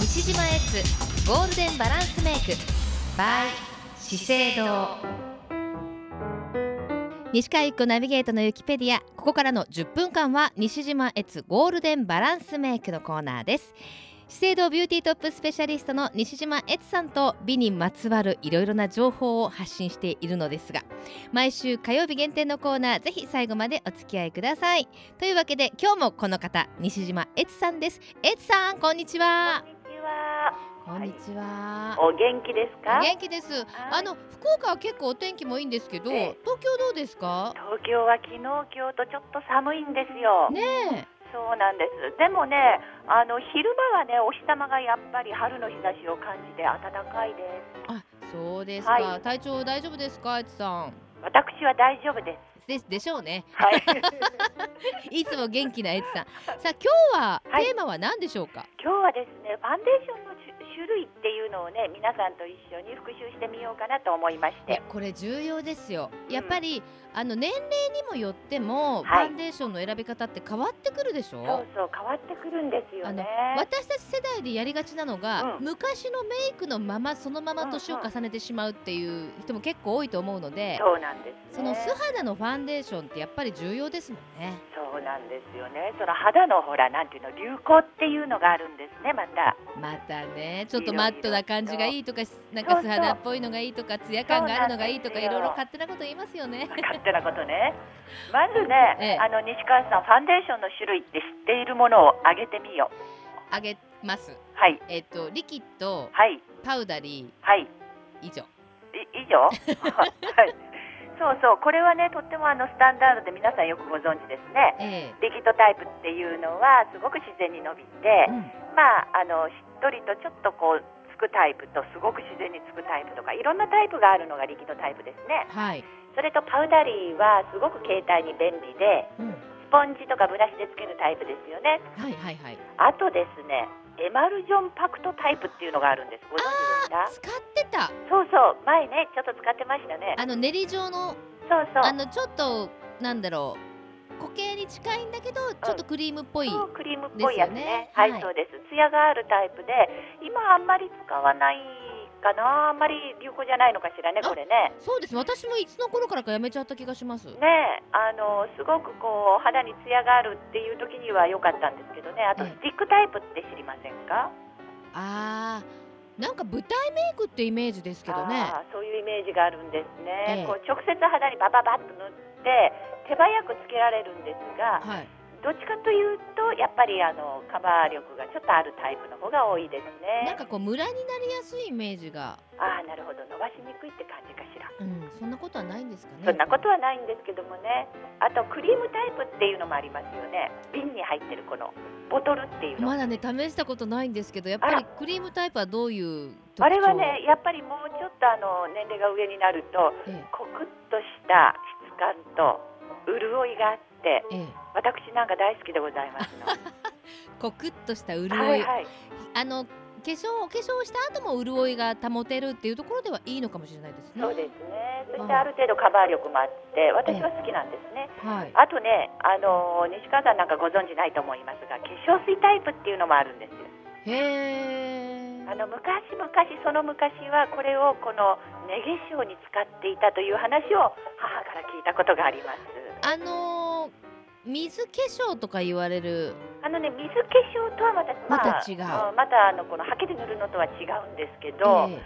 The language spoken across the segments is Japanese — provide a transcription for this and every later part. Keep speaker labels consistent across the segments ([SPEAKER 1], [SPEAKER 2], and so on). [SPEAKER 1] 西島エッツゴールデンバランスメイク by 資生堂西海区ナビゲートのユキペディアここからの10分間は西島エッツゴールデンバランスメイクのコーナーです資生堂ビューティートップスペシャリストの西島悦さんと美にまつわるいろいろな情報を発信しているのですが毎週火曜日限定のコーナーぜひ最後までお付き合いくださいというわけで今日もこの方西島悦さんです悦さんこんにちは
[SPEAKER 2] こんにちは。
[SPEAKER 1] こんにちは
[SPEAKER 2] お元気ですか
[SPEAKER 1] お？元気ですあの福岡は結構お天気もいいんですけど
[SPEAKER 2] ええ
[SPEAKER 1] 東京どうですか
[SPEAKER 2] 東京は昨日今日とちょっと寒いんですよ。
[SPEAKER 1] ね
[SPEAKER 2] そうなんです。でもね、あの昼間はねお日様がやっぱり春の日差しを感じて暖かいです
[SPEAKER 1] え。あそうですか、
[SPEAKER 2] はい
[SPEAKER 1] 体調大丈夫ですか悦さん
[SPEAKER 2] 私は大丈夫です。
[SPEAKER 1] ででしょうね
[SPEAKER 2] はい。
[SPEAKER 1] いつも元気なエツさん。 さあ今日は
[SPEAKER 2] はい
[SPEAKER 1] テーマは何でしょうか。
[SPEAKER 2] 今日はですねファンデーションの種種類っていうのをね皆さんと一緒に復習してみようかなと思いまし
[SPEAKER 1] いや
[SPEAKER 2] て。
[SPEAKER 1] これ重要ですよ。やっぱり、あの年齢にもよっても、
[SPEAKER 2] は
[SPEAKER 1] フ
[SPEAKER 2] い
[SPEAKER 1] ァンデーションの選び方って変わってくるでし
[SPEAKER 2] そ
[SPEAKER 1] ょ
[SPEAKER 2] う。そう変わってくるんですよね。
[SPEAKER 1] 私たち世代でやりがちなのが、
[SPEAKER 2] うん
[SPEAKER 1] 昔のメイクのままそのまま年を重ねてしまうっていう人も結構多いと思うので、
[SPEAKER 2] そうなんです、ね。
[SPEAKER 1] その素肌のファンデーションってやっぱり重要ですもんね。
[SPEAKER 2] そうなんですよね。その肌のほらなんていうの流行っていうのがあるんですね。また。
[SPEAKER 1] またねちょっとマットな感じがいいとかなんか
[SPEAKER 2] そう
[SPEAKER 1] 素
[SPEAKER 2] そう
[SPEAKER 1] 肌っぽいのがいいとかツヤ感があるのがいいとか
[SPEAKER 2] そう
[SPEAKER 1] いろ
[SPEAKER 2] ないんですよ
[SPEAKER 1] ろ勝手なこと言いますよね。
[SPEAKER 2] 勝手なこ とね。まず
[SPEAKER 1] ええ
[SPEAKER 2] ね、あの西川さん、ファンデーションの種類って知っているものをあげてみよう。
[SPEAKER 1] あげます。
[SPEAKER 2] はい、
[SPEAKER 1] えっ、とリキッド、
[SPEAKER 2] はい、
[SPEAKER 1] パウダリ
[SPEAKER 2] はい、い
[SPEAKER 1] ー以上。
[SPEAKER 2] 以 上。はい。そうそう、これはね、とってもあのスタンダードで皆さんよくご存知ですね。
[SPEAKER 1] え
[SPEAKER 2] リキッドタイプっていうのはすごく自然に伸び
[SPEAKER 1] え
[SPEAKER 2] て、
[SPEAKER 1] うん
[SPEAKER 2] まああのしっとりとちょっとこうつくタイプとすごく自然につくタイプとかいろんなタイプがあるのがリキッドタイプですね。
[SPEAKER 1] はい。
[SPEAKER 2] それとパウダリーはすごく携帯に便利で、
[SPEAKER 1] うん
[SPEAKER 2] スポンジとかブラシでつけるタイプですよね。
[SPEAKER 1] はいはいはい。
[SPEAKER 2] あとですね、エマルジョンパクトタイプっていうのがあるんです。ご存知
[SPEAKER 1] あ
[SPEAKER 2] ですか？
[SPEAKER 1] 使ってた。
[SPEAKER 2] そうそう、前ね、ちょっと使ってましたね。
[SPEAKER 1] あの練り状の
[SPEAKER 2] そうそう。
[SPEAKER 1] あのちょっとなんだろう固形に近いんだけどちょっとクリームっぽい。
[SPEAKER 2] そうクリームっぽいやつね。
[SPEAKER 1] ですよね
[SPEAKER 2] は
[SPEAKER 1] はい
[SPEAKER 2] い、そうです。ツヤがあるタイプで、今あんまり使わないかな。あんまり流行じゃないのかしらね、
[SPEAKER 1] あ
[SPEAKER 2] これね。
[SPEAKER 1] そうです。私もいつの頃からかやめちゃった気がします。
[SPEAKER 2] ねえあのすごくこう肌にツヤがあるっていう時には良かったんですけどねあと
[SPEAKER 1] ええ
[SPEAKER 2] スティックタイプって知りませんか、
[SPEAKER 1] ああなんか舞台メイクってイメージですけどね。
[SPEAKER 2] あーそういうイメージがあるんですね、
[SPEAKER 1] ええ
[SPEAKER 2] こう直接肌にバババッと塗って手早くつけられるんです
[SPEAKER 1] は
[SPEAKER 2] が
[SPEAKER 1] い。
[SPEAKER 2] どっちかというとやっぱりあのカバー力がちょっとあるタイプの方が多いです
[SPEAKER 1] なん
[SPEAKER 2] ね
[SPEAKER 1] かこうムラになりやすいイメージが。
[SPEAKER 2] ああなるほど伸ばしにくいって感じかしら
[SPEAKER 1] うんそんなことはないんですかね。
[SPEAKER 2] そんなことはないんですけどもねあとクリームタイプっていうのもありますよね瓶に入ってるこのボトルっていうの、
[SPEAKER 1] まだね試したことないんですけどやっぱ
[SPEAKER 2] あ
[SPEAKER 1] り
[SPEAKER 2] ら
[SPEAKER 1] クリームタイプはどういう特徴
[SPEAKER 2] あれはねやっぱりもうちょっとあの年齢が上になると
[SPEAKER 1] ええ
[SPEAKER 2] コクッとした質感と潤いがあって
[SPEAKER 1] ええ、
[SPEAKER 2] 私なんか大好きでございます の。
[SPEAKER 1] コクッとした潤い、
[SPEAKER 2] はいはい。
[SPEAKER 1] あの化粧お化粧した後も潤いが保てるっていうところではいいのかもしれないですね。
[SPEAKER 2] そうですね。そして
[SPEAKER 1] ああ
[SPEAKER 2] ある程度カバー力もあって、私は好きなんですね。
[SPEAKER 1] はい。
[SPEAKER 2] あとね、あのー西川さんなんかご存知ないと思いますが、化粧水タイプっていうのもあるんですよ。
[SPEAKER 1] へえ。
[SPEAKER 2] あの昔昔その昔はこれをこの根化粧に使っていたという話を母から聞いたことがあります。
[SPEAKER 1] あのー水化粧とか言われる
[SPEAKER 2] あのね水化粧とはまた
[SPEAKER 1] また違う
[SPEAKER 2] あまたあのこのハケで塗るのとは違うんですけど、
[SPEAKER 1] え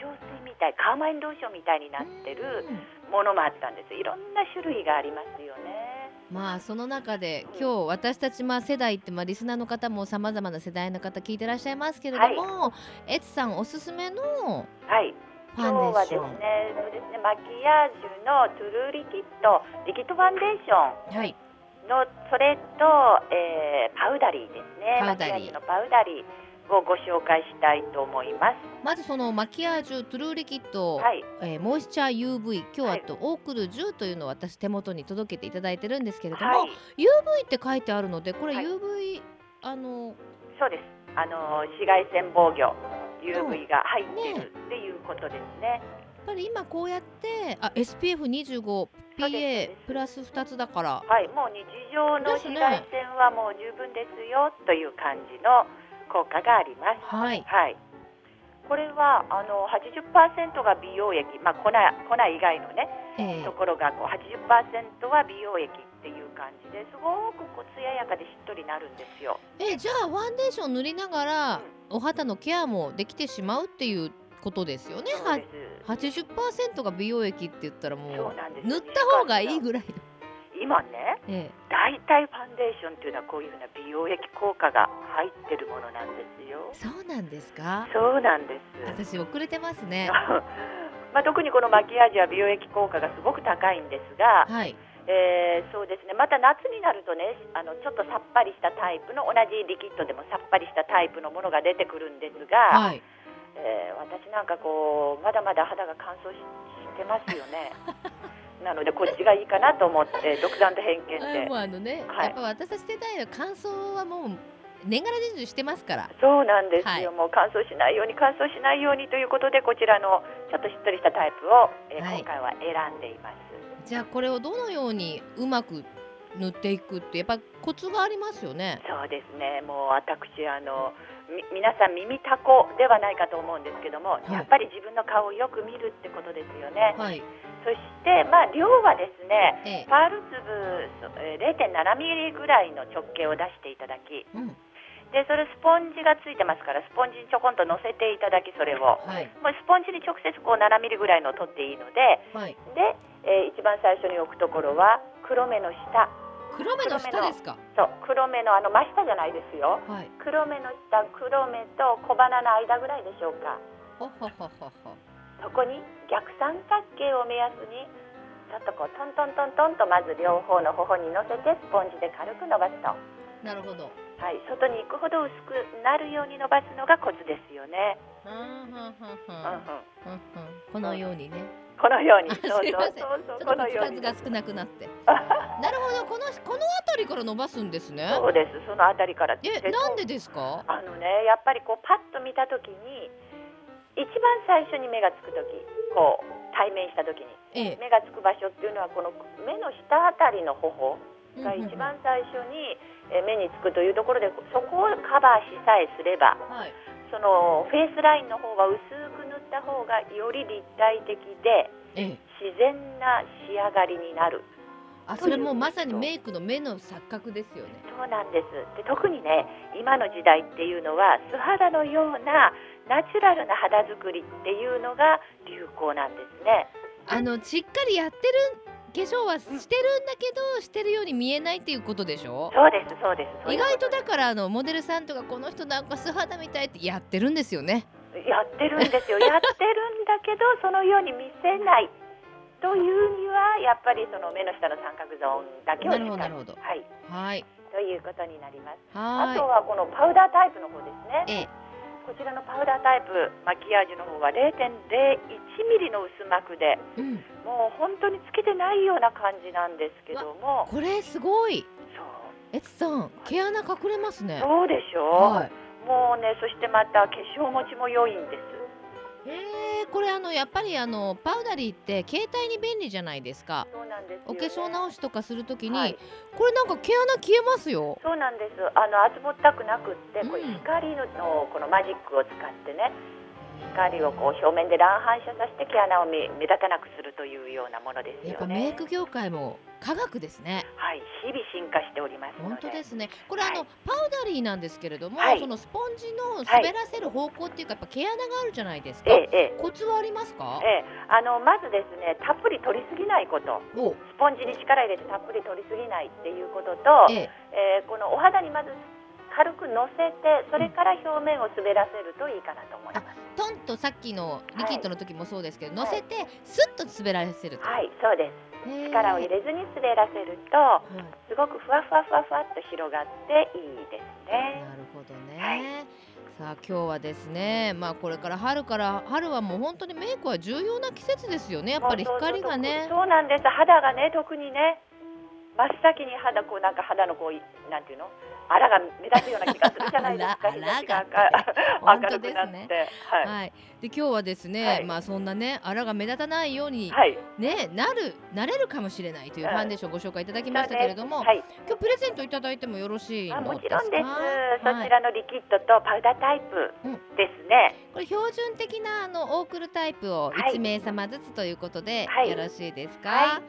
[SPEAKER 2] 化粧水みたいカーマインローションみたいにな
[SPEAKER 1] え
[SPEAKER 2] ってる
[SPEAKER 1] うん
[SPEAKER 2] ものもあったんですいろんな種類がありますよね
[SPEAKER 1] まあその中で今日私たちまあ世代ってまあリスナーの方もさまざまな世代の方聞いてらっしゃいますけれども、エツさんおすすめの
[SPEAKER 2] はい
[SPEAKER 1] フ
[SPEAKER 2] 今
[SPEAKER 1] ァンデ
[SPEAKER 2] 日は
[SPEAKER 1] ー
[SPEAKER 2] です
[SPEAKER 1] ション。
[SPEAKER 2] ねそうですねマキアージュのトゥルーリキッドリキッドファンデーション
[SPEAKER 1] はい。
[SPEAKER 2] のそれと、えーパウダリーですね
[SPEAKER 1] パウダリー
[SPEAKER 2] マキアージュのパウダリーをご紹介したいと思います
[SPEAKER 1] まずそのマキアージュトゥルーリキッド、
[SPEAKER 2] はい
[SPEAKER 1] えーモイスチャー UV 今
[SPEAKER 2] は
[SPEAKER 1] 日あ
[SPEAKER 2] い
[SPEAKER 1] とオークル10というのを私手元に届けていただいてるんですけれども、
[SPEAKER 2] はい
[SPEAKER 1] UV って書いてあるのでこれ
[SPEAKER 2] はい
[SPEAKER 1] UV、あの
[SPEAKER 2] そうですあの紫外線防御 UV が入って
[SPEAKER 1] ね
[SPEAKER 2] るっていうことですね
[SPEAKER 1] やっぱり今こうやってあ SPF25PA
[SPEAKER 2] そうですそうです
[SPEAKER 1] プラス2つだから
[SPEAKER 2] はい、もう日常の
[SPEAKER 1] です
[SPEAKER 2] 紫
[SPEAKER 1] ね
[SPEAKER 2] 外線はもう十分ですよという感じの効果があります。
[SPEAKER 1] はい
[SPEAKER 2] はい。これはあの80%が美容液、まあ粉粉以外のね
[SPEAKER 1] ええ
[SPEAKER 2] ところがこう80%は美容液っていう感じですごくこう艶やかでしっとりなるんですよ。
[SPEAKER 1] えじゃあファンデーション塗りながらお肌のケアもできてしまうっていうことですよね
[SPEAKER 2] そうです。
[SPEAKER 1] は80%が美容液って言ったら
[SPEAKER 2] そ
[SPEAKER 1] も
[SPEAKER 2] うなんで
[SPEAKER 1] う
[SPEAKER 2] す。
[SPEAKER 1] 塗った方がいいぐらいの、
[SPEAKER 2] 今ね、
[SPEAKER 1] え
[SPEAKER 2] 大体ファンデーションっていうのはこういうふうな美容液効果が入ってるものなんですよ
[SPEAKER 1] え、。そうなんですか
[SPEAKER 2] そうなんです。
[SPEAKER 1] 私遅れてますね
[SPEAKER 2] まあ、特にこのマキアージュは美容液効果がすごく高いんですが、
[SPEAKER 1] はい
[SPEAKER 2] えーそうですねまた夏になるとねあのちょっとさっぱりしたタイプの同じリキッドでもさっぱりしたタイプのものが出てくるんですが、
[SPEAKER 1] はい
[SPEAKER 2] えー私なんかこうまだまだ肌が乾燥ししてますよ ねなのでこっちがいいかなと思って独断と偏見
[SPEAKER 1] あ
[SPEAKER 2] で
[SPEAKER 1] もうあのね、
[SPEAKER 2] はい
[SPEAKER 1] やっぱ私たち世代の乾燥はもう年がら年中してますから
[SPEAKER 2] そうなんです
[SPEAKER 1] はい
[SPEAKER 2] よ、もう乾燥しないように乾燥しないようにということでこちらのちょっとしっとりしたタイプを、えー
[SPEAKER 1] はい
[SPEAKER 2] 今回は選んでいます。
[SPEAKER 1] じゃあこれをどのようにうまく塗っていくってやっぱコツがありますよね
[SPEAKER 2] そうですね。もう私あのみ皆さん耳たこではないかと思うんですけども、
[SPEAKER 1] い
[SPEAKER 2] やっぱり自分の顔をよく見るってことですよね。
[SPEAKER 1] はい
[SPEAKER 2] そしてまあ量はですね、
[SPEAKER 1] ええ
[SPEAKER 2] パール粒えー0.7ミリぐらいの直径を出していただき、
[SPEAKER 1] うん
[SPEAKER 2] でそれスポンジがついてますからスポンジにちょこんと乗せていただきそれを。
[SPEAKER 1] はい
[SPEAKER 2] もうスポンジに直接こう7ミリぐらいのを取っていいので、
[SPEAKER 1] はい
[SPEAKER 2] で、えー一番最初に置くところは黒目の下、
[SPEAKER 1] 黒目の下ですか
[SPEAKER 2] そう黒目のあの真下じゃないですよ。
[SPEAKER 1] はい
[SPEAKER 2] 黒目の下黒目と小鼻の間ぐらいでしょうか
[SPEAKER 1] ほほほほほ
[SPEAKER 2] そこに逆三角形を目安にちょっとこうトントントントンとまず両方の頬に乗せてスポンジで軽く伸ばすと、
[SPEAKER 1] なるほど
[SPEAKER 2] はい、外に行くほど薄くなるように伸ばすのがコツですよね、
[SPEAKER 1] はんはんはん
[SPEAKER 2] う
[SPEAKER 1] は
[SPEAKER 2] ん
[SPEAKER 1] んう
[SPEAKER 2] うん、
[SPEAKER 1] んうんこのようにね
[SPEAKER 2] このように
[SPEAKER 1] あ
[SPEAKER 2] そう
[SPEAKER 1] すい
[SPEAKER 2] そ
[SPEAKER 1] ま
[SPEAKER 2] う
[SPEAKER 1] せん
[SPEAKER 2] そう
[SPEAKER 1] ち
[SPEAKER 2] そう
[SPEAKER 1] ょっ
[SPEAKER 2] ことの
[SPEAKER 1] 口
[SPEAKER 2] よう
[SPEAKER 1] 数
[SPEAKER 2] に
[SPEAKER 1] が少なくなってなるほどこのこの辺りから伸ばすんですね
[SPEAKER 2] そうですそのあたりから
[SPEAKER 1] え
[SPEAKER 2] で
[SPEAKER 1] なんでですか
[SPEAKER 2] あのねやっぱりこうパッと見た時に一番最初に目がつく時こう対面した時に
[SPEAKER 1] ええ
[SPEAKER 2] 目がつく場所っていうのはこの目の下あたりの頬が
[SPEAKER 1] うんうん
[SPEAKER 2] 一番最初にえー目につくというところでそこをカバーしさえすれば
[SPEAKER 1] はい
[SPEAKER 2] そのフェイスラインの方は薄く塗った方がより立体的で
[SPEAKER 1] ええ
[SPEAKER 2] 自然な仕上がりになる
[SPEAKER 1] あそれもうまさにメイクの目の錯覚ですよね
[SPEAKER 2] そうなんですで特にね今の時代っていうのは素肌のようなナチュラルな肌作りっていうのが流行なんですね。
[SPEAKER 1] あのしっかりやってる化粧はしてるんだけどしてるように見えないっていうことでしょ
[SPEAKER 2] そうですそうですそうい
[SPEAKER 1] 意
[SPEAKER 2] う
[SPEAKER 1] 外とだからあのモデルさんとかこの人なんか素肌みたいってやってるんですよね
[SPEAKER 2] やってるんで すよやってるんだけどそのように見せないというにはやっぱりその目の下の三角ゾーンだけを
[SPEAKER 1] なるほどなるほど
[SPEAKER 2] はい
[SPEAKER 1] はい
[SPEAKER 2] ということになりますあと
[SPEAKER 1] は
[SPEAKER 2] はこのパウダータイプの方です
[SPEAKER 1] ーい
[SPEAKER 2] ね
[SPEAKER 1] ええ
[SPEAKER 2] こちらのパウダータイプマキアージュの方は0.01ミリの薄膜で
[SPEAKER 1] うん
[SPEAKER 2] もう本当につけてないような感じなんですけども
[SPEAKER 1] これすごい
[SPEAKER 2] そう
[SPEAKER 1] えつさん毛穴隠れますね
[SPEAKER 2] そうでしょ
[SPEAKER 1] は
[SPEAKER 2] う、もうねそしてまた化粧持ちも良いんです
[SPEAKER 1] いへえこれあのやっぱりあのパウダリーって携帯に便利じゃないですか
[SPEAKER 2] そうなんです
[SPEAKER 1] お
[SPEAKER 2] よ
[SPEAKER 1] 化
[SPEAKER 2] ね、
[SPEAKER 1] 粧直しとかするときに、
[SPEAKER 2] はい
[SPEAKER 1] これなんか毛穴消えますよ
[SPEAKER 2] そうなんです。あの集まったくなくって、これ
[SPEAKER 1] うん
[SPEAKER 2] 光のこのマジックを使ってね、光をこう表面で乱反射させて毛穴を目目立たなくするというようなものです
[SPEAKER 1] やっ
[SPEAKER 2] よ
[SPEAKER 1] ぱメイ
[SPEAKER 2] ね。
[SPEAKER 1] ク業界も科学ですね
[SPEAKER 2] はい、日々進化しておりますの
[SPEAKER 1] 本
[SPEAKER 2] で。。
[SPEAKER 1] 当ですすね。これ、
[SPEAKER 2] はい
[SPEAKER 1] あのパウダリーなんですけれども、
[SPEAKER 2] はい
[SPEAKER 1] そのスポンジの滑らせる方向っていうか、やっぱ毛穴があるじゃないですか。
[SPEAKER 2] ええええ
[SPEAKER 1] コツはありますか？
[SPEAKER 2] ええ、あのまずですね、たっぷり取りすぎないこと、
[SPEAKER 1] お、
[SPEAKER 2] スポンジに力入れてたっぷり取りすぎないっていうことと、え
[SPEAKER 1] ええ、
[SPEAKER 2] ーこのお肌にまず軽くのせて、それから表面を滑らせるといいかなと思います。
[SPEAKER 1] トンとさっきのリキッドの時もそうですけど、乗せてスッと滑らせると。
[SPEAKER 2] はい、そうです。
[SPEAKER 1] へえ
[SPEAKER 2] 力を入れずに滑らせると。
[SPEAKER 1] はい
[SPEAKER 2] すごくふわふわふわふわっと広がっていいですね。
[SPEAKER 1] なるほどね。
[SPEAKER 2] はい
[SPEAKER 1] さあ今日はですね、まあこれから春から春はもう本当にメイクは重要な季節ですよね。やっぱり光がね。
[SPEAKER 2] そうそうそうそうなんです。肌がね、特にね、真っ先に肌こうなんか肌のこういなんていうの、あらが目立つような気がするじゃないです か
[SPEAKER 1] あら
[SPEAKER 2] 日差し
[SPEAKER 1] あらが
[SPEAKER 2] が
[SPEAKER 1] って
[SPEAKER 2] 明るくなって、
[SPEAKER 1] 本当
[SPEAKER 2] はい、
[SPEAKER 1] はい、で今日はですね、
[SPEAKER 2] はい
[SPEAKER 1] まあそんなねあらが目立たないように、
[SPEAKER 2] はい、
[SPEAKER 1] ねなるなれるかもしれないというファンデーションをご紹介いただきましたけれども、
[SPEAKER 2] はい、
[SPEAKER 1] 今日プレゼントいただいてもよろしい
[SPEAKER 2] あ
[SPEAKER 1] の
[SPEAKER 2] も
[SPEAKER 1] です
[SPEAKER 2] ち
[SPEAKER 1] か
[SPEAKER 2] ろんです、そ
[SPEAKER 1] は
[SPEAKER 2] ち
[SPEAKER 1] い、
[SPEAKER 2] らのリキッドとパウダータイプですね、
[SPEAKER 1] これ標準的なあのオークルタイプを
[SPEAKER 2] はい
[SPEAKER 1] 1名様ずつということで、
[SPEAKER 2] はい
[SPEAKER 1] よろしいですかは、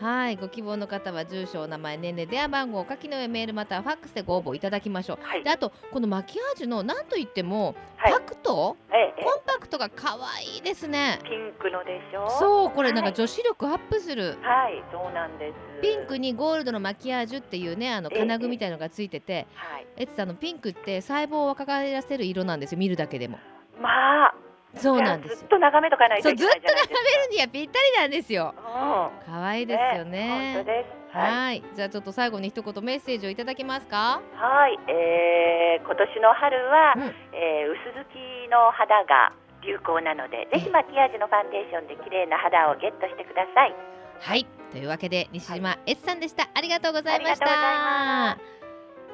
[SPEAKER 2] はい
[SPEAKER 1] ご希望の方は住所お名前年齢電話番号をお書きの上メールまたはファックスでご応募いただきましょ
[SPEAKER 2] は
[SPEAKER 1] う
[SPEAKER 2] い
[SPEAKER 1] であとこのマキアージュのなんといっても、
[SPEAKER 2] はい
[SPEAKER 1] パクト
[SPEAKER 2] ええ
[SPEAKER 1] コンパクトが可愛いですね
[SPEAKER 2] ピンクのでしょ
[SPEAKER 1] そうこれなんか
[SPEAKER 2] はい
[SPEAKER 1] 女子力アップする、
[SPEAKER 2] はいそうなんです
[SPEAKER 1] ピンクにゴールドのマキアージュっていうねあの
[SPEAKER 2] ええ
[SPEAKER 1] 金具みたいのがついてて
[SPEAKER 2] はい
[SPEAKER 1] エツさんのピンクって細胞を若返らせる色なんですよ見るだけでも
[SPEAKER 2] まあ
[SPEAKER 1] そうなんですよ
[SPEAKER 2] ずっと眺めとかない
[SPEAKER 1] そ
[SPEAKER 2] と
[SPEAKER 1] う
[SPEAKER 2] いけ
[SPEAKER 1] ずっ
[SPEAKER 2] な
[SPEAKER 1] と
[SPEAKER 2] いじゃない
[SPEAKER 1] 眺
[SPEAKER 2] ですか
[SPEAKER 1] めるにはぴったりなんですよ
[SPEAKER 2] う
[SPEAKER 1] 可愛い
[SPEAKER 2] ん
[SPEAKER 1] ですよ
[SPEAKER 2] 本
[SPEAKER 1] ね
[SPEAKER 2] 当です
[SPEAKER 1] はい
[SPEAKER 2] はい、
[SPEAKER 1] じゃあちょっと最後に一言メッセージをいただけますか
[SPEAKER 2] はいえー今年の春は、
[SPEAKER 1] うん
[SPEAKER 2] えー薄付きの肌が流行なのでぜひマキアージュのファンデーションで綺麗な肌をゲットしてください
[SPEAKER 1] はいというわけで西島エツさんでしたありがとうございまし
[SPEAKER 2] あ
[SPEAKER 1] た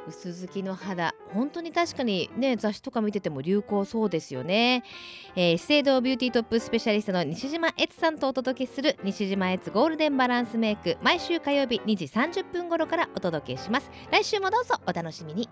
[SPEAKER 1] 薄付きの肌本当に確かにね雑誌とか見てても流行そうですよね、えー、資生堂ビューティートップスペシャリストの西島エツさんとお届けする西島エツゴールデンバランスメイク毎週火曜日2時30分頃からお届けします来週もどうぞお楽しみに